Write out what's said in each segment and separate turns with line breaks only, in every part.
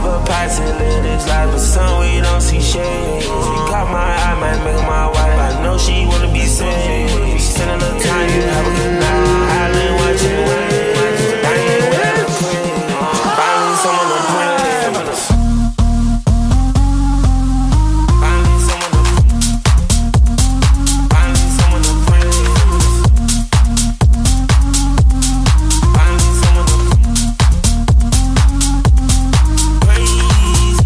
passing in this life, but some we don't see shade. She caught my eye, might make her my wife. I know she wanna be saved. She spend a little time, you have a good night. I been watching the wave. I ain't with the queen. Finally, someone to bring. Finally, someone to Finally, someone to bring. Finally, someone to praise.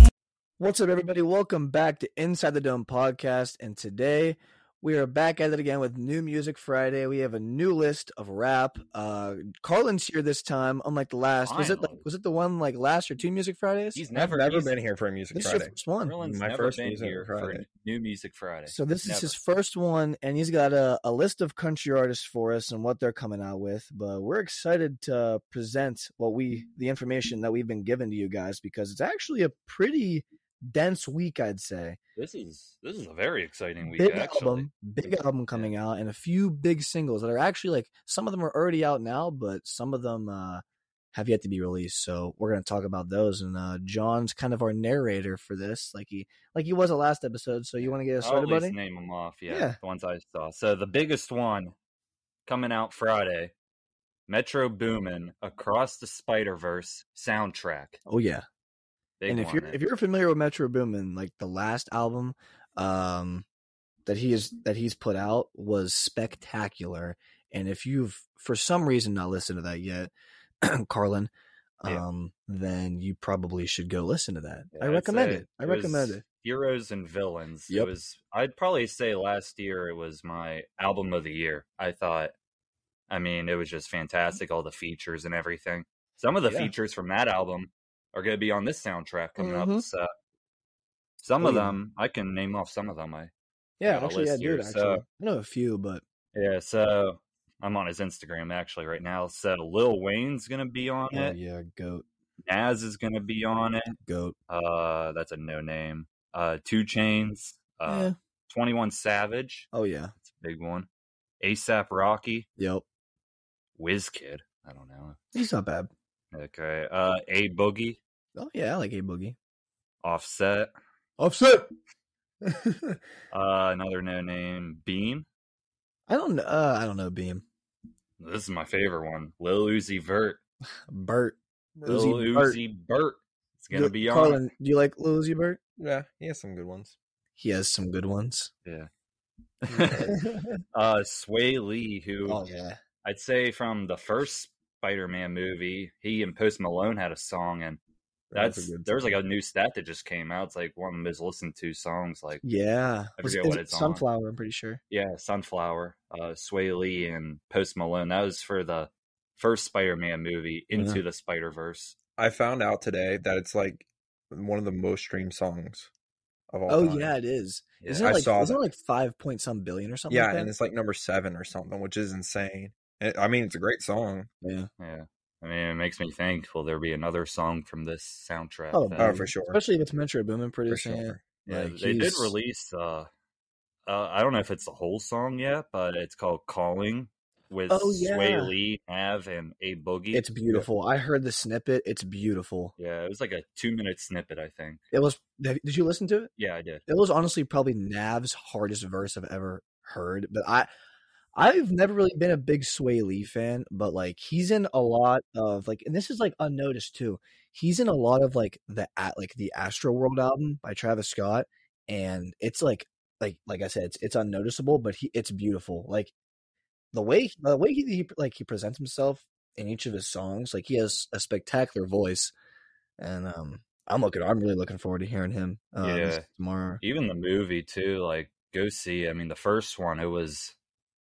What's up, everybody? Welcome back to Inside the Dome podcast. And today we are back at it again with New Music Friday. We have a new list of rap. Uh, Carlin's here this time, unlike the last. Was it like,
Finally.
was it the one like last or two Music Fridays?
He's
I've
never,
never
he's-
been here for a music
this is
Friday.
your first one.
Merlin's
My
never
first
been
Music
here for
Friday.
New Music Friday.
So this is his
Never.
first one, and he's got a, a list of country artists for us and what they're coming out with. But we're excited to present what we the information that we've been given to you guys because it's actually a pretty dense week, I'd say.
This is this is a very exciting week.
big
actually.
album, big album coming out, and a few big singles that are actually like some of them are already out now, but some of them uh, have yet to be released. So we're gonna talk about those. And uh, John's kind of our narrator for this, like he like he was the last episode. So you want to get us
I'll
started,
at least
buddy?
name them off. Yeah,
Yeah.
the ones I saw. So the biggest one coming out Friday, Metro Boomin' Across the Spider Verse soundtrack.
Oh yeah.
Big
and if
one,
you're
man.
if you're familiar with Metro Boomin, like the last album um that he is that he's put out was spectacular. And if you've for some reason not listened to that yet, Carlin,
Yeah.
um, then you probably should go listen to that.
Yeah,
I
I'd
recommend
say
it. I
was
recommend it.
Heroes and Villains.
Yep.
It was I'd probably say last year it was my album of the year. I thought I mean, it was just fantastic, all the features and everything. Some of the
Mm-hmm. Yeah.
features from that album are gonna be on this soundtrack coming up.
Mhm.
So some
Oh,
of
yeah.
them I can name off some of them. I
Yeah,
got a
actually, yeah,
list here,
dude. Actually,
so-
I know a few, but
yeah, so I'm on his Instagram actually right now. So Lil Wayne's gonna be on
oh,
it.
yeah, goat,
Nas is gonna be on it.
goat.
Uh that's a no name. Uh Two Chains.
yeah.
Uh 21 Savage,
Oh yeah.
that's a big one. ASAP Rocky,
Yep.
Wizkid, I don't know.
He's not bad.
Okay. Uh A Boogie,
Oh yeah, I like a boogie.
Offset,
Offset.
uh another no name, Beam.
I don't. Uh, I don't know. Beam.
This is my favorite one. Lil Uzi Vert.
Bert.
Lil
Uzi Vert.
Uzi Vert. It's going to
Yo-
be on.
Carlin, do you like Lil Uzi Vert?
yeah, he has some good ones.
He has some good ones.
uh Sway Lee who
Oh,
Oh,
yeah,
I'd say from the first Spider-Man movie, he and Post Malone had a song and that's, there's like a new stat that just came out. It's like one of the most listened to songs like
yeah.
I
Was-
forget
is
what
it
it's on.
Sunflower, I'm pretty sure.
Yeah, Sunflower, uh, Sway Lee, and Post Malone. That was for the first Spider-Man movie,
Uh-huh.
Into the Spider Verse.
I found out today that it's like one of the most streamed songs of all.
Oh
time.
yeah, it is. Isn't
Yeah.
it
I
like
saw
isn't it
that.
like five point some billion or something?
yeah,
like that?
and it's like number seven or something, which is insane. It, I mean, it's a great song.
yeah.
yeah. I mean, it makes me think. Will there be another song from this soundtrack?
Oh,
that-
Oh,
man.
for sure.
Especially if it's Metro Boomin
For
producing it.
sure.
yeah,
like,
they did
he's-
release. Uh, uh, I don't know if it's the whole song yet, but it's called "Calling" with
Oh,
Sway
yeah.
Lee, Av, and A Boogie.
It's beautiful. I heard the snippet. It's beautiful.
yeah, it was like a two-minute snippet, I think.
It was. have- Did you listen to it?
Yeah, I did.
It was honestly probably Nav's hardest verse I've ever heard. But I, I've never really been a big Sway Lee fan. But like he's in a lot of like, and this is like unnoticed too. He's in a lot of like the at like the Astro World album by Travis Scott, and it's like like like I said, it's it's unnoticeable, but he it's beautiful. Like the way the way he, he like he presents himself in each of his songs, like he has a spectacular voice, and um. I'm looking. I'm really looking forward to hearing him uh, this-
Yeah.
tomorrow.
even the movie too like go see i mean the first one it was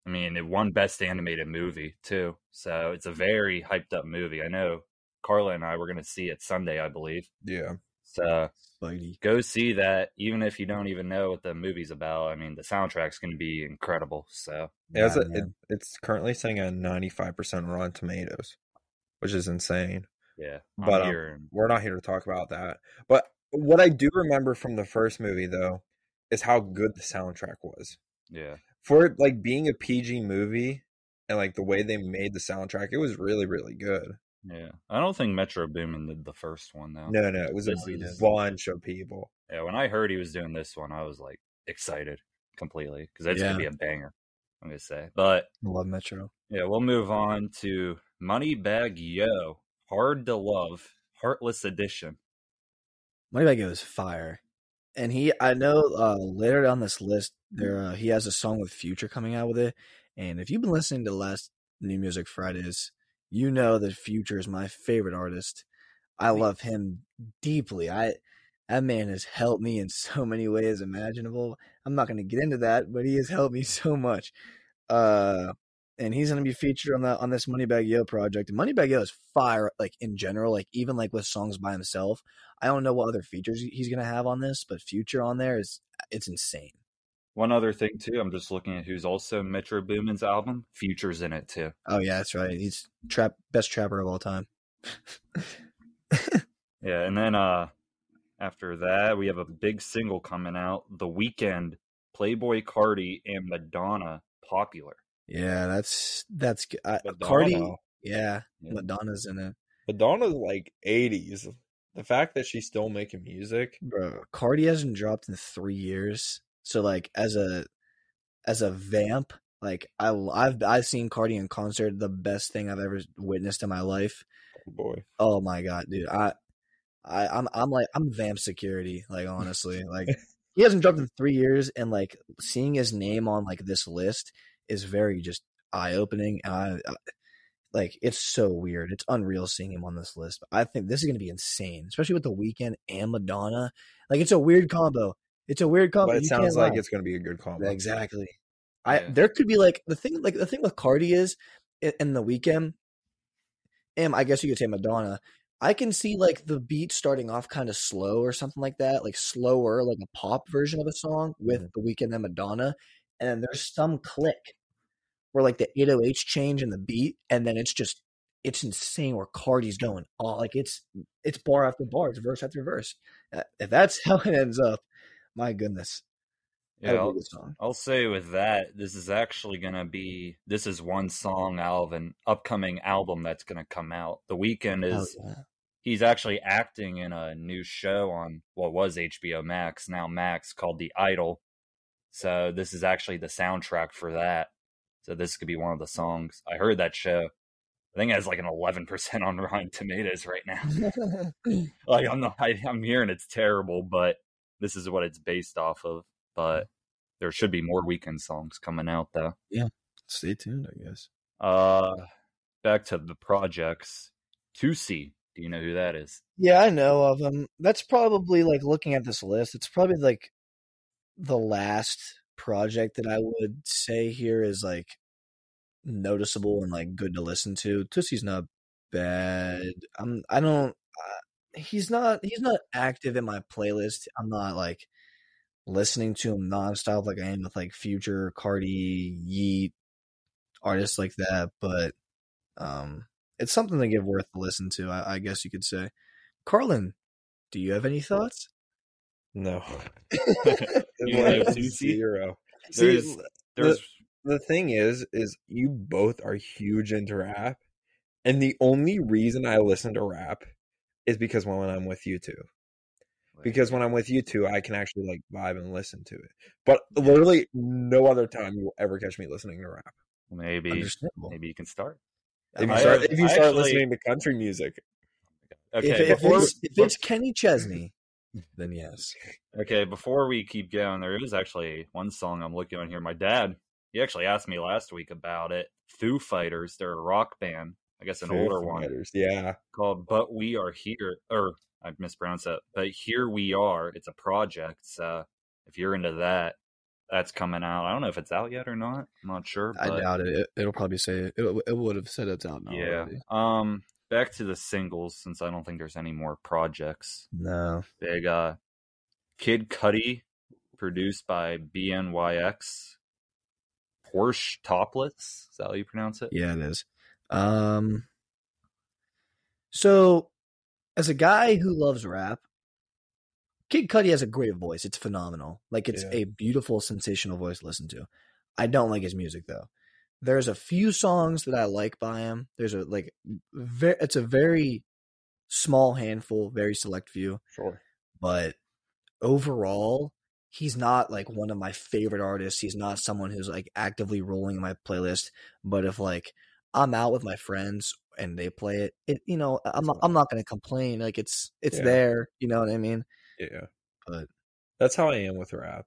i mean it won best animated movie too so it's a very hyped up movie i know carla and i were going to see it sunday i believe
Yeah.
so
Spidey.
go see that even if you don't even know what the movie's about i mean the soundtrack's going to be incredible so
It has
Yeah,
a, it,
man.
it's currently sitting at 95% Rotten Tomatoes, which is insane.
yeah
But,
I'm
um,
here and-
We're not here to talk about that. But what I do remember from the first movie, though, is how good the soundtrack was.
yeah
For it, like being a PG movie and like the way they made the soundtrack, it was really, really good.
Yeah, I don't think Metro Boomin did the first one though.
No, no, it was a
This is-
bunch of people.
Yeah, when I heard he was doing this one, I was like excited completely because that's
Yeah.
gonna be a banger. I'm gonna say, but
I love Metro.
yeah, we'll move on to Moneybag Yo, Hard to Love, Heartless Edition.
Moneybag Yo is fire. And he, I know uh, later on this list, there uh, he has a song with Future coming out with it. And if you've been listening to the last New Music Fridays, you know that Future is my favorite artist. I love him deeply. I that man has helped me in so many ways imaginable. I'm not going to get into that, but he has helped me so much. Uh, and he's going to be featured on the on this Moneybag Yo project. Moneybag Yo is fire, like in general, like even like with songs by himself. I don't know what other features he- he's gonna have on this, but future on there is it's insane.
One other thing too, I'm just looking at who's also in Metro Boomin's album. Futures in it too.
Oh yeah, that's right. He's trap best trapper of all time.
Yeah, and then uh after that we have a big single coming out, The Weekend, Playboy Cardi and Madonna popular.
Yeah, that's that's g- I,
Madonna.
Uh, Cardi. Yeah,
Yeah.
Madonna's in it,
Madonna's like 80s. The fact that she's still making music,
bro. Cardi hasn't dropped in three years, so like as a as a vamp, like I I've I've seen Cardi in concert, the best thing I've ever witnessed in my life.
boy.
Oh my god, dude. I I I'm I'm like I'm vamp security, like honestly. Like he hasn't dropped in 3 years and like seeing his name on like this list is very just eye-opening. And I, I like it's so weird. It's unreal seeing him on this list. I think this is going to be insane, especially with the weekend and Madonna. Like it's a weird combo. It's a weird combo.
But it
You can't
sounds like
lie.
it's going to be a good combo.
Exactly. I
Yeah.
there could be like the thing like the thing with Cardi is in, in the weekend. And I guess you could say Madonna. I can see like the beat starting off kind of slow or something like that, like slower, like a pop version of a song with
Mm-hmm.
the weekend and Madonna, and then there's some click where like the 808s change in the beat, and then it's just it's insane where Cardi's going. Oh, like it's it's bar after bar, it's verse after verse. Uh, If that's how it ends up, my goodness,
Yeah.
that'd be a
I'll,
good song.
I'll say with that, this is actually gonna be this is one song out of an upcoming album that's gonna come out. The Weekend
Hell
is
yeah.
he's actually acting in a new show on what was HBO Max, now Max, called The Idol. So this is actually the soundtrack for that. So this could be one of the songs. I heard that show. I think it has like an eleven percent on Rotten Tomatoes right now. Like I'm not, I, I'm hearing it's terrible, but this is what it's based off of. But there should be more weekend songs coming out though.
Stay tuned, I guess.
Uh, back to the projects. 2C. Do you know who that is?
Yeah, I know of them. That's probably like looking at this list, it's probably like the last project that I would say here is like noticeable and like good to listen to. Tussie's not bad. I'm I don't uh, he's not he's not active in my playlist. I'm not like listening to him nonstop like I am with like Future, Cardi, Yeet, artists like that, but um it's something to give worth a listen to, I, I guess you could say. Carlin, do you have any thoughts?
No.
You
Like,
know, Susie?
zero.
There
See,
is- There's
the thing is, is you both are huge into rap, and the only reason I listen to rap is because when I'm with you two. Because when I'm with you two, I can actually like vibe and listen to it. But literally, no other time you will ever catch me listening to rap.
maybe
Understandable.
maybe you can start.
If you
I
start,
have-
if you
I
start
actually-
listening to country music,
Okay,
if, if
before-
it's, if it's Kenny Chesney, then yes.
Okay, before we keep going, there is actually one song I'm looking on here. My dad, he actually asked me last week about it. Foo Fighters, they're a rock band. I guess an
Foo
older one
Fighters, yeah,
called "But We Are Here," or I mispronounced that. But here we are. It's a project. So if you're into that, that's coming out. I don't know if it's out yet or not. I'm not sure.
I
but-
doubt it. it. It'll probably say it, it would have said it's out now.
yeah. Um, back to the singles since I don't think there's any more projects.
No.
Big uh, Kid Cudi, produced by BNYX. Porsche Toplets. Is that how you pronounce it?
Yeah, it is. Um So as a guy who loves rap, Kid Cudi has a great voice. It's phenomenal. Like it's
Yeah.
a beautiful, sensational voice to listen to. I don't like his music though. There's a few songs that I like by him. There's a like, very, it's a very small handful, very select few.
Sure.
But overall, he's not like one of my favorite artists. He's not someone who's like actively rolling in my playlist. But if like I'm out with my friends and they play it, it you know I'm not, I'm not gonna complain. Like it's it's
Yeah.
there. You know what I mean?
Yeah.
But-
that's how I am with rap.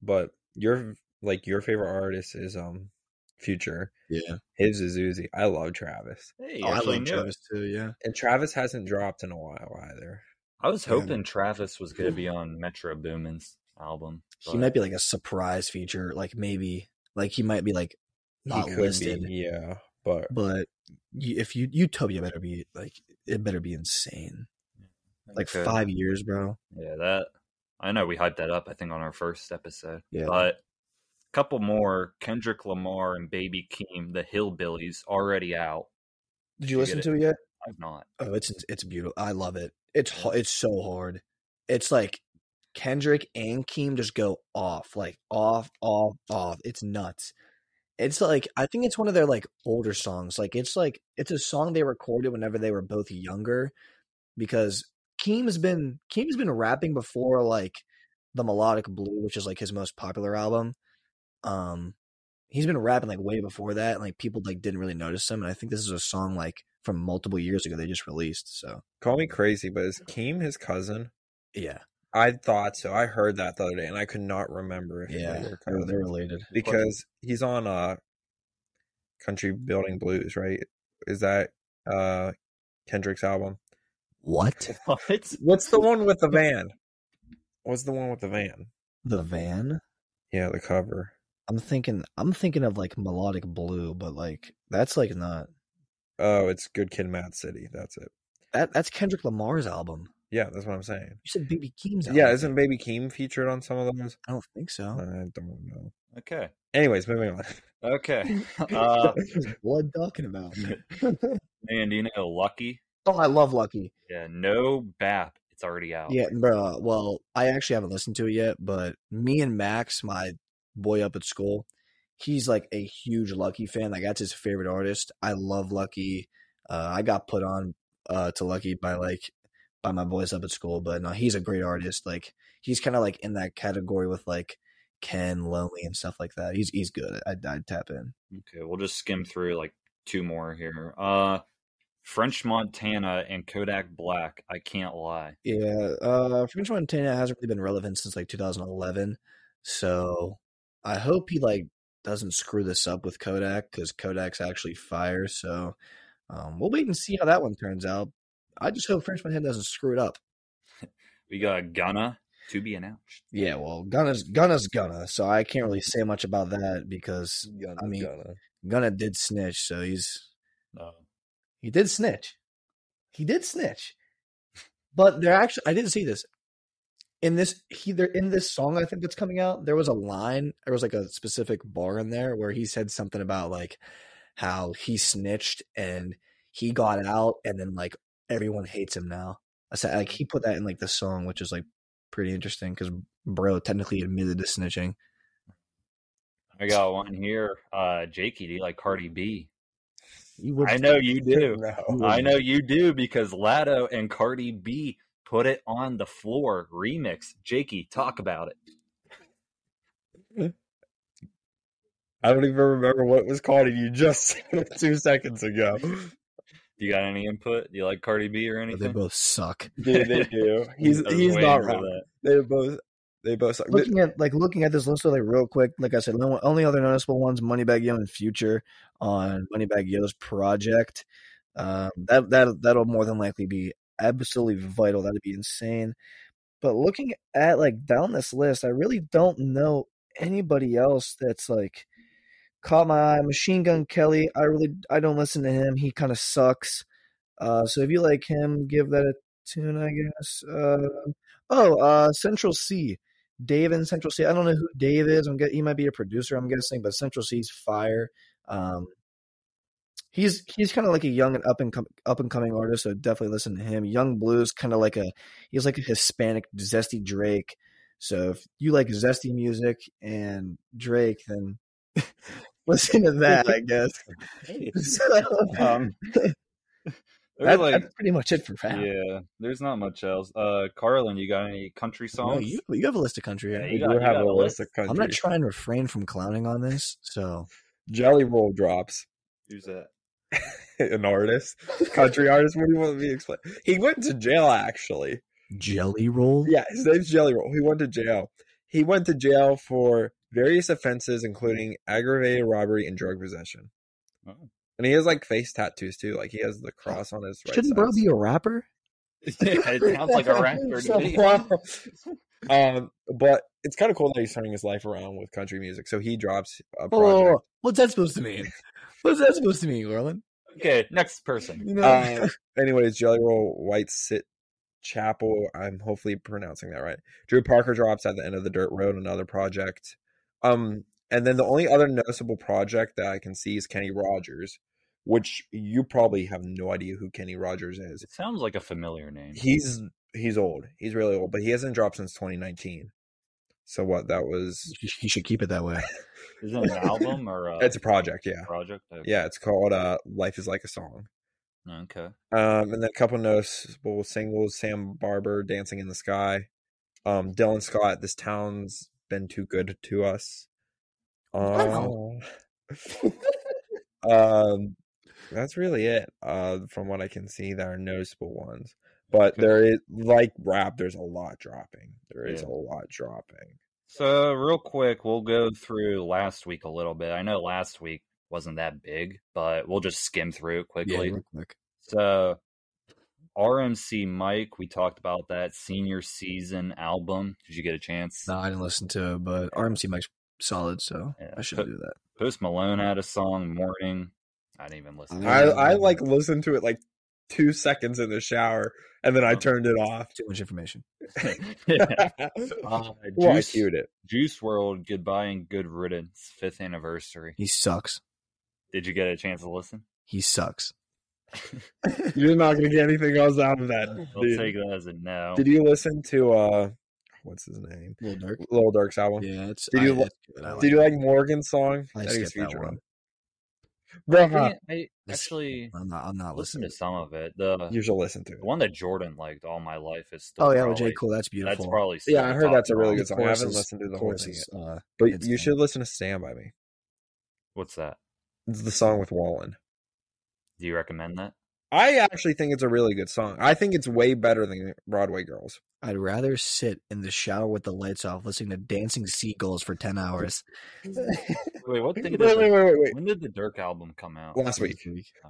But your like your favorite artist is um Future.
Yeah.
His is Uzi. I love Travis.
Hey, you
Oh, I
actually
love
knew it.
Travis too. Yeah.
And Travis hasn't dropped in a while either.
I was
Yeah.
hoping Travis was going to be on Metro Boomin's album.
He
but
might be like a surprise feature. Like maybe like he might be like not
he could
listed.
be, yeah. But
But you, if you Utopia better be like it better be insane.
I
Like
could-
five years, bro.
Yeah, that I know we hyped that up. I think on our first episode.
Yeah.
but a couple more Kendrick Lamar and Baby Keem, the Hillbillies, already out.
Did you
You
listen
get
to it yet?
I've not.
Oh, it's it's beautiful. I love it. It's ho- it's so hard. It's like Kendrick and Keem just go off, like off, off, off. It's nuts. It's like I think it's one of their like older songs. Like it's like it's a song they recorded whenever they were both younger, because Keem has been Keem has been rapping before like the Melodic Blue, which is like his most popular album. Um, he's been rapping like way before that, and like people like didn't really notice him. And I think this is a song like from multiple years ago they just released. So
call me crazy, but is Keem his cousin?
yeah,
I thought so. I heard that the other day and I could not remember if they
yeah,
were
they're,
cousins.
they're related.
because he's on uh Country Building Blues, right? Is that uh Kendrick's album?
What
What?
What's the one with the van? What's the one with the van?
the van?
Yeah, the cover.
I'm thinking. I'm thinking of like melodic blue, but like that's like not
Oh, it's Good Kid, Mad City. That's it.
that. That's Kendrick Lamar's album.
Yeah, that's what I'm saying.
You said BB Keem's. Album.
Yeah, isn't Baby Keem featured on some of those?
I don't think so.
I don't know.
Okay.
Anyways, moving on.
Okay. Uh,
Blood talking about.
man, do you know Lucky?
oh, I love Lucky.
Yeah, no BAP. It's already out.
Yeah, bro. Well, I actually haven't listened to it yet, but me and Max, my boy up at school, he's like a huge Lucky fan. Like that's his favorite artist. I love Lucky. Uh, I got put on uh, to Lucky by like by my boys up at school, but no, he's a great artist. Like he's kind of like in that category with like Ken Lonely and stuff like that. He's he's good. I would tap in.
Okay, we'll just skim through like two more here. Uh, French Montana and Kodak Black. I can't lie.
Yeah, uh, French Montana hasn't really been relevant since like 2011, so I hope he like doesn't screw this up with Kodak because Kodak's actually fire. So um, we'll wait and see how that one turns out. I just hope French Montana doesn't screw it up.
We got Gunna to be announced.
Yeah, well, Gunna's Gunna's Gunna, so I can't really say much about that because I mean- Gunna did snitch, so he's
No.
He did snitch. He did snitch. But there actually I didn't see this. In this he there in this song I think that's coming out, there was a line, there was like a specific bar in there where he said something about like how he snitched and he got out and then like everyone hates him now. I said like he put that in like the song, which is like pretty interesting because bro technically admitted to snitching.
I got one here. Uh, Jakey, do you like Cardi B?
You would
I know you do.
No.
I know you do because Lato and Cardi B put it on the floor remix. Jakey, talk about it.
I don't even remember what it was called, and you just said it two seconds ago.
Do you got any input? Do you like Cardi B or
they
anything?
both suck.
Dude, they do. He's
I was
he's
waiting
not
for
wrong.
that.
They both they both suck.
looking at like looking at this list like real quick, like I said, no, only other noticeable ones: Moneybag Yo and Future on Moneybag Yo's project. Um, that that that'll more than likely be absolutely vital. That'd be insane. But looking at like down this list, I really don't know anybody else that's like caught my eye. Machine Gun Kelly, I really I don't listen to him. He kind of sucks. Uh, so if you like him, give that a tune, I guess. Uh, oh, uh, Central C. Dave in Central C. I don't know who Dave is. I'm guess, he might be a producer. I'm guessing, but Central C's fire. Um, he's he's kind of like a young and up and com- up and coming artist, so definitely listen to him. Young Blues, kind of like a he's like a Hispanic zesty Drake. So if you like zesty music and Drake, then listen to that, I guess. So,
Um,
that-
there's like,
that's pretty much it for rap.
yeah, there's not much else. Uh, Carlin, you got any country
No,
songs?
you, you have a list of country.
Yeah,
right?
you
We
got-
do have
got
a
a
list of
list?
countries.
I'm gonna try and refrain from clowning on this. So
Jelly Roll drops.
Who's that?
An artist, country artist. What do you want me to explain? He went to jail actually.
jelly roll.
Yeah, his name's Jelly Roll. He went to jail. He went to jail for various offenses, including aggravated robbery and drug possession.
Oh.
And he has like face tattoos too. Like he has the cross on his right.
Shouldn't
side.
bro be a rapper?
it sounds like a rapper. to me.
um, but it's kind of cool that he's turning his life around with country music. So he drops a
Whoa, whoa,
project.
whoa. Oh, What's that supposed to mean? What's that supposed to mean, Orlin?
Okay, next person.
You know,
Uh, anyways, Jelly Roll White Sit Chapel. I'm hopefully pronouncing that right. Drew Parker drops at the end of the Dirt Road, another project. Um, and then the only other noticeable project that I can see is Kenny Rogers, which you probably have no idea who Kenny Rogers is.
It sounds like a familiar name.
He's he's old. He's really old, but he hasn't dropped since 2019. So what? That was
he should keep it that way.
Is it an album or a
it's a project, yeah.
project? Oh, Okay.
Yeah, it's called uh, "Life Is Like a Song."
Okay.
Um, and then a couple noticeable singles: Sam Barber, "Dancing in the Sky," um, Dylan Scott, "This Town's Been Too Good to Us." Um, um, that's really it. Uh, from what I can see, there are noticeable ones, but there is like rap. There's a lot dropping. There is
Yeah.
a lot dropping.
So real quick, we'll go through last week a little bit. I know last week wasn't that big, but we'll just skim through it quickly.
real quick.
So RMC Mike, we talked about that senior season album. Did you get a chance?
No, I didn't listen to it, but RMC Mike's solid, so
Yeah.
I should do that.
Post Malone had a song, Morning. I didn't even listen. to
I
it.
I like listened to it like two seconds in the shower, and then I
Oh.
turned it off.
Too much information.
Uh,
Well, I
Juice,
queued it.
Juice World, Goodbye and Good Riddance, fifth anniversary.
He sucks.
Did you get a chance to listen?
He sucks.
You're not gonna get anything else out of that.
I'll
dude.
take that as a no.
Did you listen to uh, what's his name,
little dark.
Little Dirk's album?
Yeah, it's.
Did you
I,
li-
it's good. I like
Did you
it.
like Morgan's song?
I
he's
skipped that
featured
one.
on?
I,
Bruh,
I
That's-
actually
I'm not. I'm not
listened
listening.
to some of it. The,
you should listen to it.
the one that Jordan liked all my life is still.
Oh yeah, with
probably,
J Cole. That's beautiful.
That's probably. still
Yeah,
the
I heard
top
that's a really
song.
good song. I haven't
Choruses-
listened to the whole thing yet,
choruses, uh,
but
it's
you
good.
should listen to "Stand by Me."
What's that?
It's the song with Wallen.
Do you recommend that?
I actually think it's a really good song. I think it's way better than Broadway Girls.
I'd rather sit in the shower with the lights off, listening to dancing seagulls for ten hours.
Wait, what
Wait,
thing? Did
wait,
the,
wait, wait, wait.
When did the Dirk album come out?
Last week.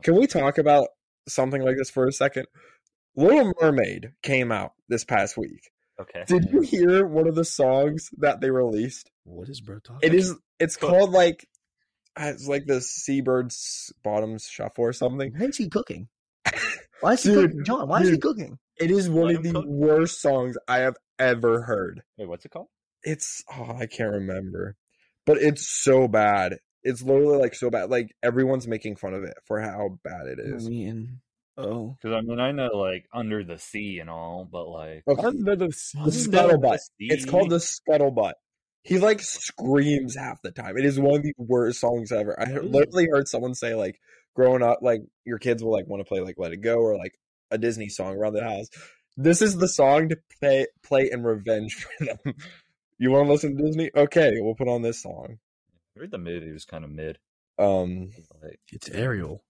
Can we talk about something like this for a second? Little Mermaid came out this past week.
Okay.
Did you hear one of the songs that they released?
What is bro talking?
It is. It's
Cool.
called like it's like the Seabirds Bottoms Shuffle or something.
Why is he cooking? Why is he
Dude,
cooking, John? Why is he
dude.
cooking?
It is one
Let
of
him
the
cook.
worst songs I have ever heard.
Wait, what's it called?
It's oh, I can't remember, but it's so bad. It's literally like so bad. Like everyone's making fun of it for how bad it is.
mean, oh,
Because I mean, I know like Under the Sea and all, but like
Okay. The scuttlebutt. It's called the scuttlebutt. He like screams half the time. It is one of the worst songs ever. I he- literally heard someone say like, growing up, like your kids will like want to play like "Let It Go" or like a Disney song around the house. This is the song to play, play in revenge for them. You want to listen to Disney? Okay, we'll put on this song.
I heard the movie was kind of mid.
Um,
Like,
it's Ariel.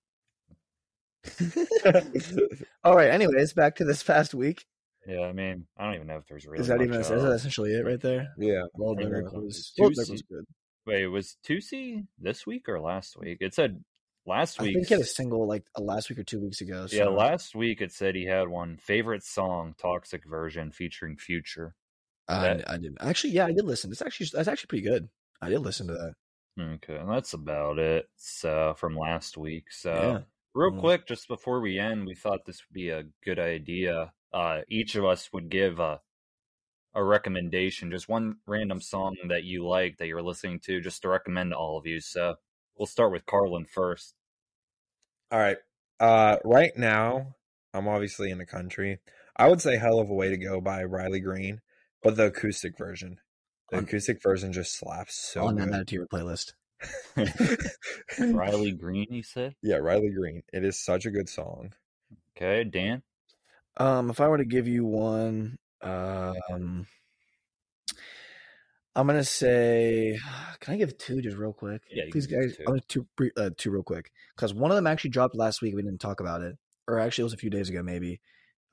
All right. Anyways, back to this past week.
yeah, I mean, I don't even know if there's really.
is that
much
even? Is
else.
that essentially it right there?
yeah,
Well,
Yeah.
Dirk was.
Juicy.
Dirk was good.
Wait, was Tusi this week or last week? It said last
I
week.
think he had a single like uh, last week or two weeks ago. So.
Yeah, last week it said he had one favorite song, Toxic Version, featuring Future.
I, I didn't actually. Yeah, I did listen. It's actually that's actually pretty good. I did listen to that.
Okay, and that's about it so, from last week. So,
yeah.
real
Mm.
quick, just before we end, we thought this would be a good idea. Uh, each of us would give a a recommendation, just one random song that you like that you're listening to, just to recommend to all of you. So, we'll start with Carlin first.
All right. Uh, right now, I'm obviously in the country. I would say "Hell of a Way to Go" by Riley Green, but the acoustic version. The
On-
acoustic version just slaps so
I'll add
good.
that to your playlist.
Riley Green, you said?
yeah, Riley Green. It is such a good song.
Okay, Dan.
Um, if I were to give you one, um, I'm gonna say, can I give two just real quick?
Yeah, you
please,
can give
guys.
two.
I'm gonna two, pre- uh, two real quick because one of them actually dropped last week. We didn't talk about it, or actually, it was a few days ago, maybe.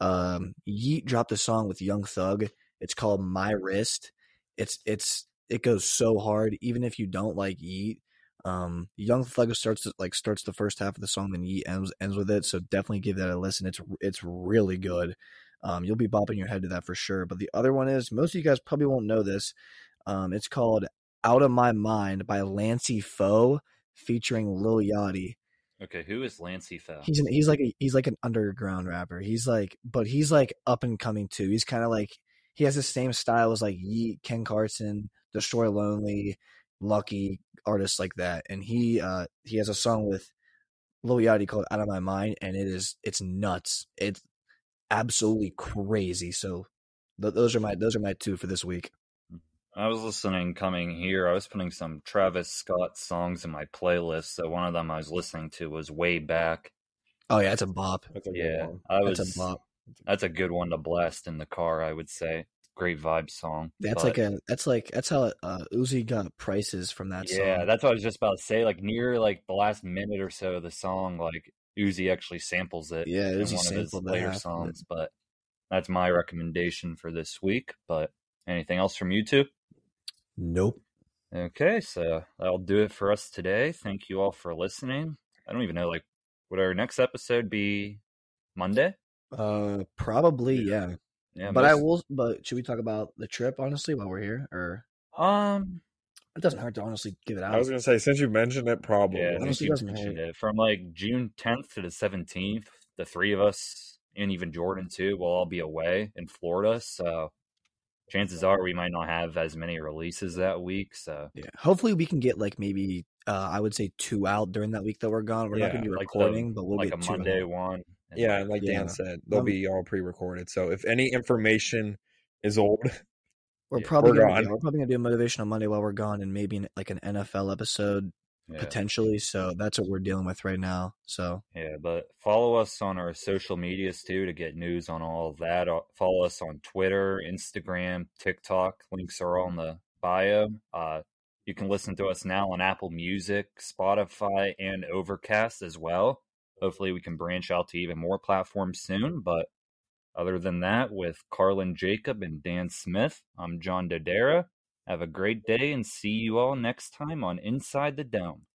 Um, Yeet dropped a song with Young Thug. It's called My Wrist. It's it's it goes so hard, even if you don't like Yeet. Um, Young Thug starts to, like starts the first half of the song, then Yeet ends ends with it. So definitely give that a listen. It's it's really good. Um, you'll be bopping your head to that for sure. But the other one is most of you guys probably won't know this. Um, it's called "Out of My Mind" by Lancey Foe featuring Lil Yachty.
Okay, who is Lancey Fell?
He's an, he's like a, he's like an underground rapper. He's like, but he's like up and coming too. He's kind of like he has the same style as like Yeet, Ken Carson, Destroy Lonely, Lucky artists like that. And he uh he has a song with Lil Yachty called "Out of My Mind," and it is it's nuts. It's absolutely crazy. So th- those are my those are my two for this week.
I was listening coming here. I was putting some Travis Scott songs in my playlist. So one of them I was listening to was Way Back.
Oh yeah, it's a bop.
That's a
Yeah,
good one.
I was.
That's a bop.
That's a good one to blast in the car. I would say great vibe song.
That's
but-
like a that's like that's how uh, Uzi got prices from that song.
yeah, that's what I was just about to say. Like near like the last minute or so of the song, like Uzi actually samples it
yeah,
in
Uzi
one of his
sampled that
later
half of it.
songs. But that's my recommendation for this week. But anything else from you two?
Nope.
Okay, so that'll do it for us today. Thank you all for listening. I don't even know, like, would our next episode be Monday?
Uh, probably yeah.
Yeah,
but I
most-
will. But should we talk about the trip honestly while we're here, or
um,
it doesn't hurt to honestly give it out?
I was gonna say since you mentioned it, probably.
yeah, I think
Honestly,
you
doesn't
mentioned
hurt.
it from like June 10th to the 17th. The three of us and even Jordan too will all be away in Florida, so chances are we might not have as many releases that week. So
yeah. Hopefully, we can get like maybe uh, I would say two out during that week that we're gone. We're not going to
Yeah,
be
like the-
recording, but we'll
like a
get two out.
Monday one, and
Yeah, and like
Yeah.
Dan said, they'll
Um,
be all pre-recorded. So if any information is old,
We're
Yeah.
probably
We're
gonna,
gone.
yeah, we're probably going to do a motivational Monday while we're gone, and maybe an, like an NFL episode
yeah.
potentially. So that's what we're dealing with right now. So
Yeah, but follow us on our social medias too to get news on all of that. Uh, Follow us on Twitter, Instagram, TikTok. Links are all in the bio. Uh, you can listen to us now on Apple Music, Spotify, and Overcast as well. Hopefully, we can branch out to even more platforms soon. But other than that, with Carlin Jacob and Dan Smith, I'm John Dodera. Have a great day and see you all next time on Inside the Dome.